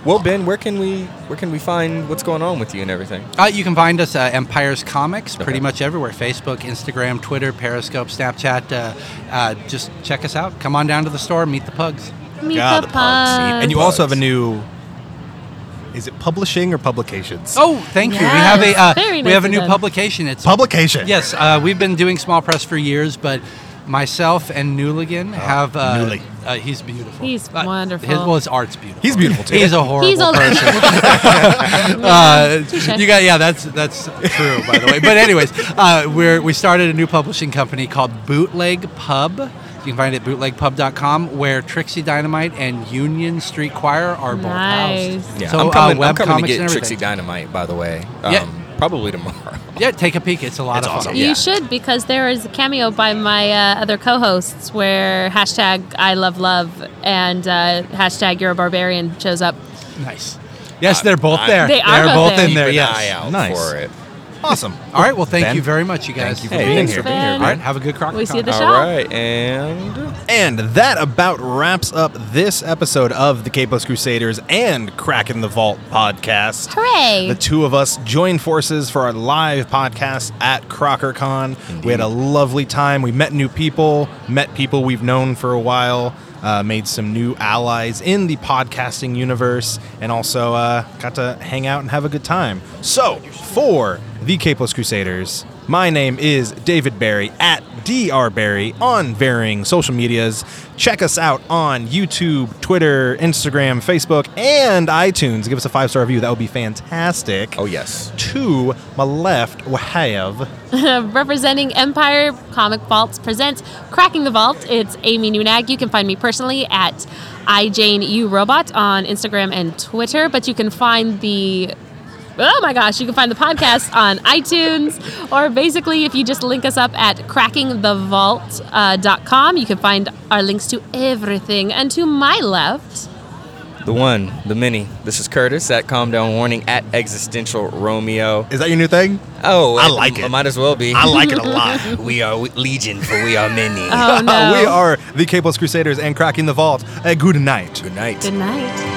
S3: Well, Ben, where can we where can we find what's going on with you and everything?
S7: Uh, you can find us uh, Empires Comics pretty
S3: Okay.
S7: much everywhere Facebook, Instagram, Twitter, Periscope, Snapchat. Uh, uh, just check us out. Come on down to the store, meet the pugs.
S2: Meet
S1: God,
S2: the
S1: the
S2: pug.
S1: And you also have a new. Is it publishing or publications?
S7: Oh, thank you. We
S2: Yes.
S7: have a uh,
S2: Very
S7: we have
S2: nicely
S7: a new
S2: done.
S7: publication. It's
S1: publication.
S7: yes. Uh, we've been doing small press for years, but myself and Newligan have uh,
S1: Newly.
S7: uh, he's beautiful.
S2: He's
S7: Uh,
S2: wonderful.
S7: His, well, his art's beautiful.
S1: He's beautiful too.
S7: He's a horrible
S2: He's a
S7: person.
S2: uh,
S7: you got yeah that's that's true by the way but anyways uh, we're we started a new publishing company called bootleg pub you can find it at bootlegpub.com where trixie dynamite and union street choir are both
S2: Nice.
S7: housed
S3: Yeah,
S7: so
S3: I'm coming,
S7: uh, web
S3: I'm coming
S7: comics
S3: to get
S7: and everything.
S3: Trixie Dynamite, by the way. um,
S7: Yeah.
S3: probably tomorrow.
S7: Yeah, take a peek. It's a lot
S5: It's
S7: of
S5: awesome.
S7: fun.
S5: Yeah.
S2: You should because there is a cameo by my uh, other co-hosts where hashtag I love love and uh, hashtag you're a barbarian shows up.
S7: Nice. Yes, they're both
S3: I-
S7: there.
S2: They are
S7: are
S2: both
S7: both
S2: there.
S7: in there.
S3: Keep an
S7: Yes.
S3: eye out
S1: Nice.
S3: for it.
S1: Awesome.
S7: All right. Well, thank
S1: Ben,
S7: you very much, you guys.
S1: Thank you for
S3: Hey,
S1: being
S3: thanks
S1: here.
S3: for
S2: being here,
S7: All right. Have a good crock.
S2: We see you at the
S7: Con.
S2: shop.
S3: All right, and
S1: And that about wraps up this episode of the Capos Crusaders and Crack in the Vault podcast.
S2: Hooray!
S1: The two of us joined forces for our live podcast at CrockerCon. We had a lovely time. We met new people, met people we've known for a while, uh, made some new allies in the podcasting universe, and also uh, got to hang out and have a good time. So, for the Capeless Crusaders, my name is David Barry at DR Barry on varying social medias. Check us out on YouTube, Twitter, Instagram, Facebook, and iTunes. Give us a five star review. That would be fantastic.
S3: oh yes,
S1: To my left, we have
S2: representing Empire Comic Vaults presents Cracking the Vault. It's Amy Nunag. You can find me personally at iJaneURobot on Instagram and Twitter, but you can find the Oh my gosh, you can find the podcast on iTunes, or basically, if you just link us up at crackingthevault.com, you can find our links to everything. And to my left,
S3: the one, the many. This is Curtis at Calm Down Warning at Existential Romeo.
S1: Is that your new thing?
S3: Oh,
S1: I like it.
S3: Might as well be.
S1: I like it a lot.
S3: we are legion, for we are many.
S2: oh no.
S1: we are the Capeless Crusaders and Cracking the Vault. Uh, good night.
S3: Good night.
S2: Good night.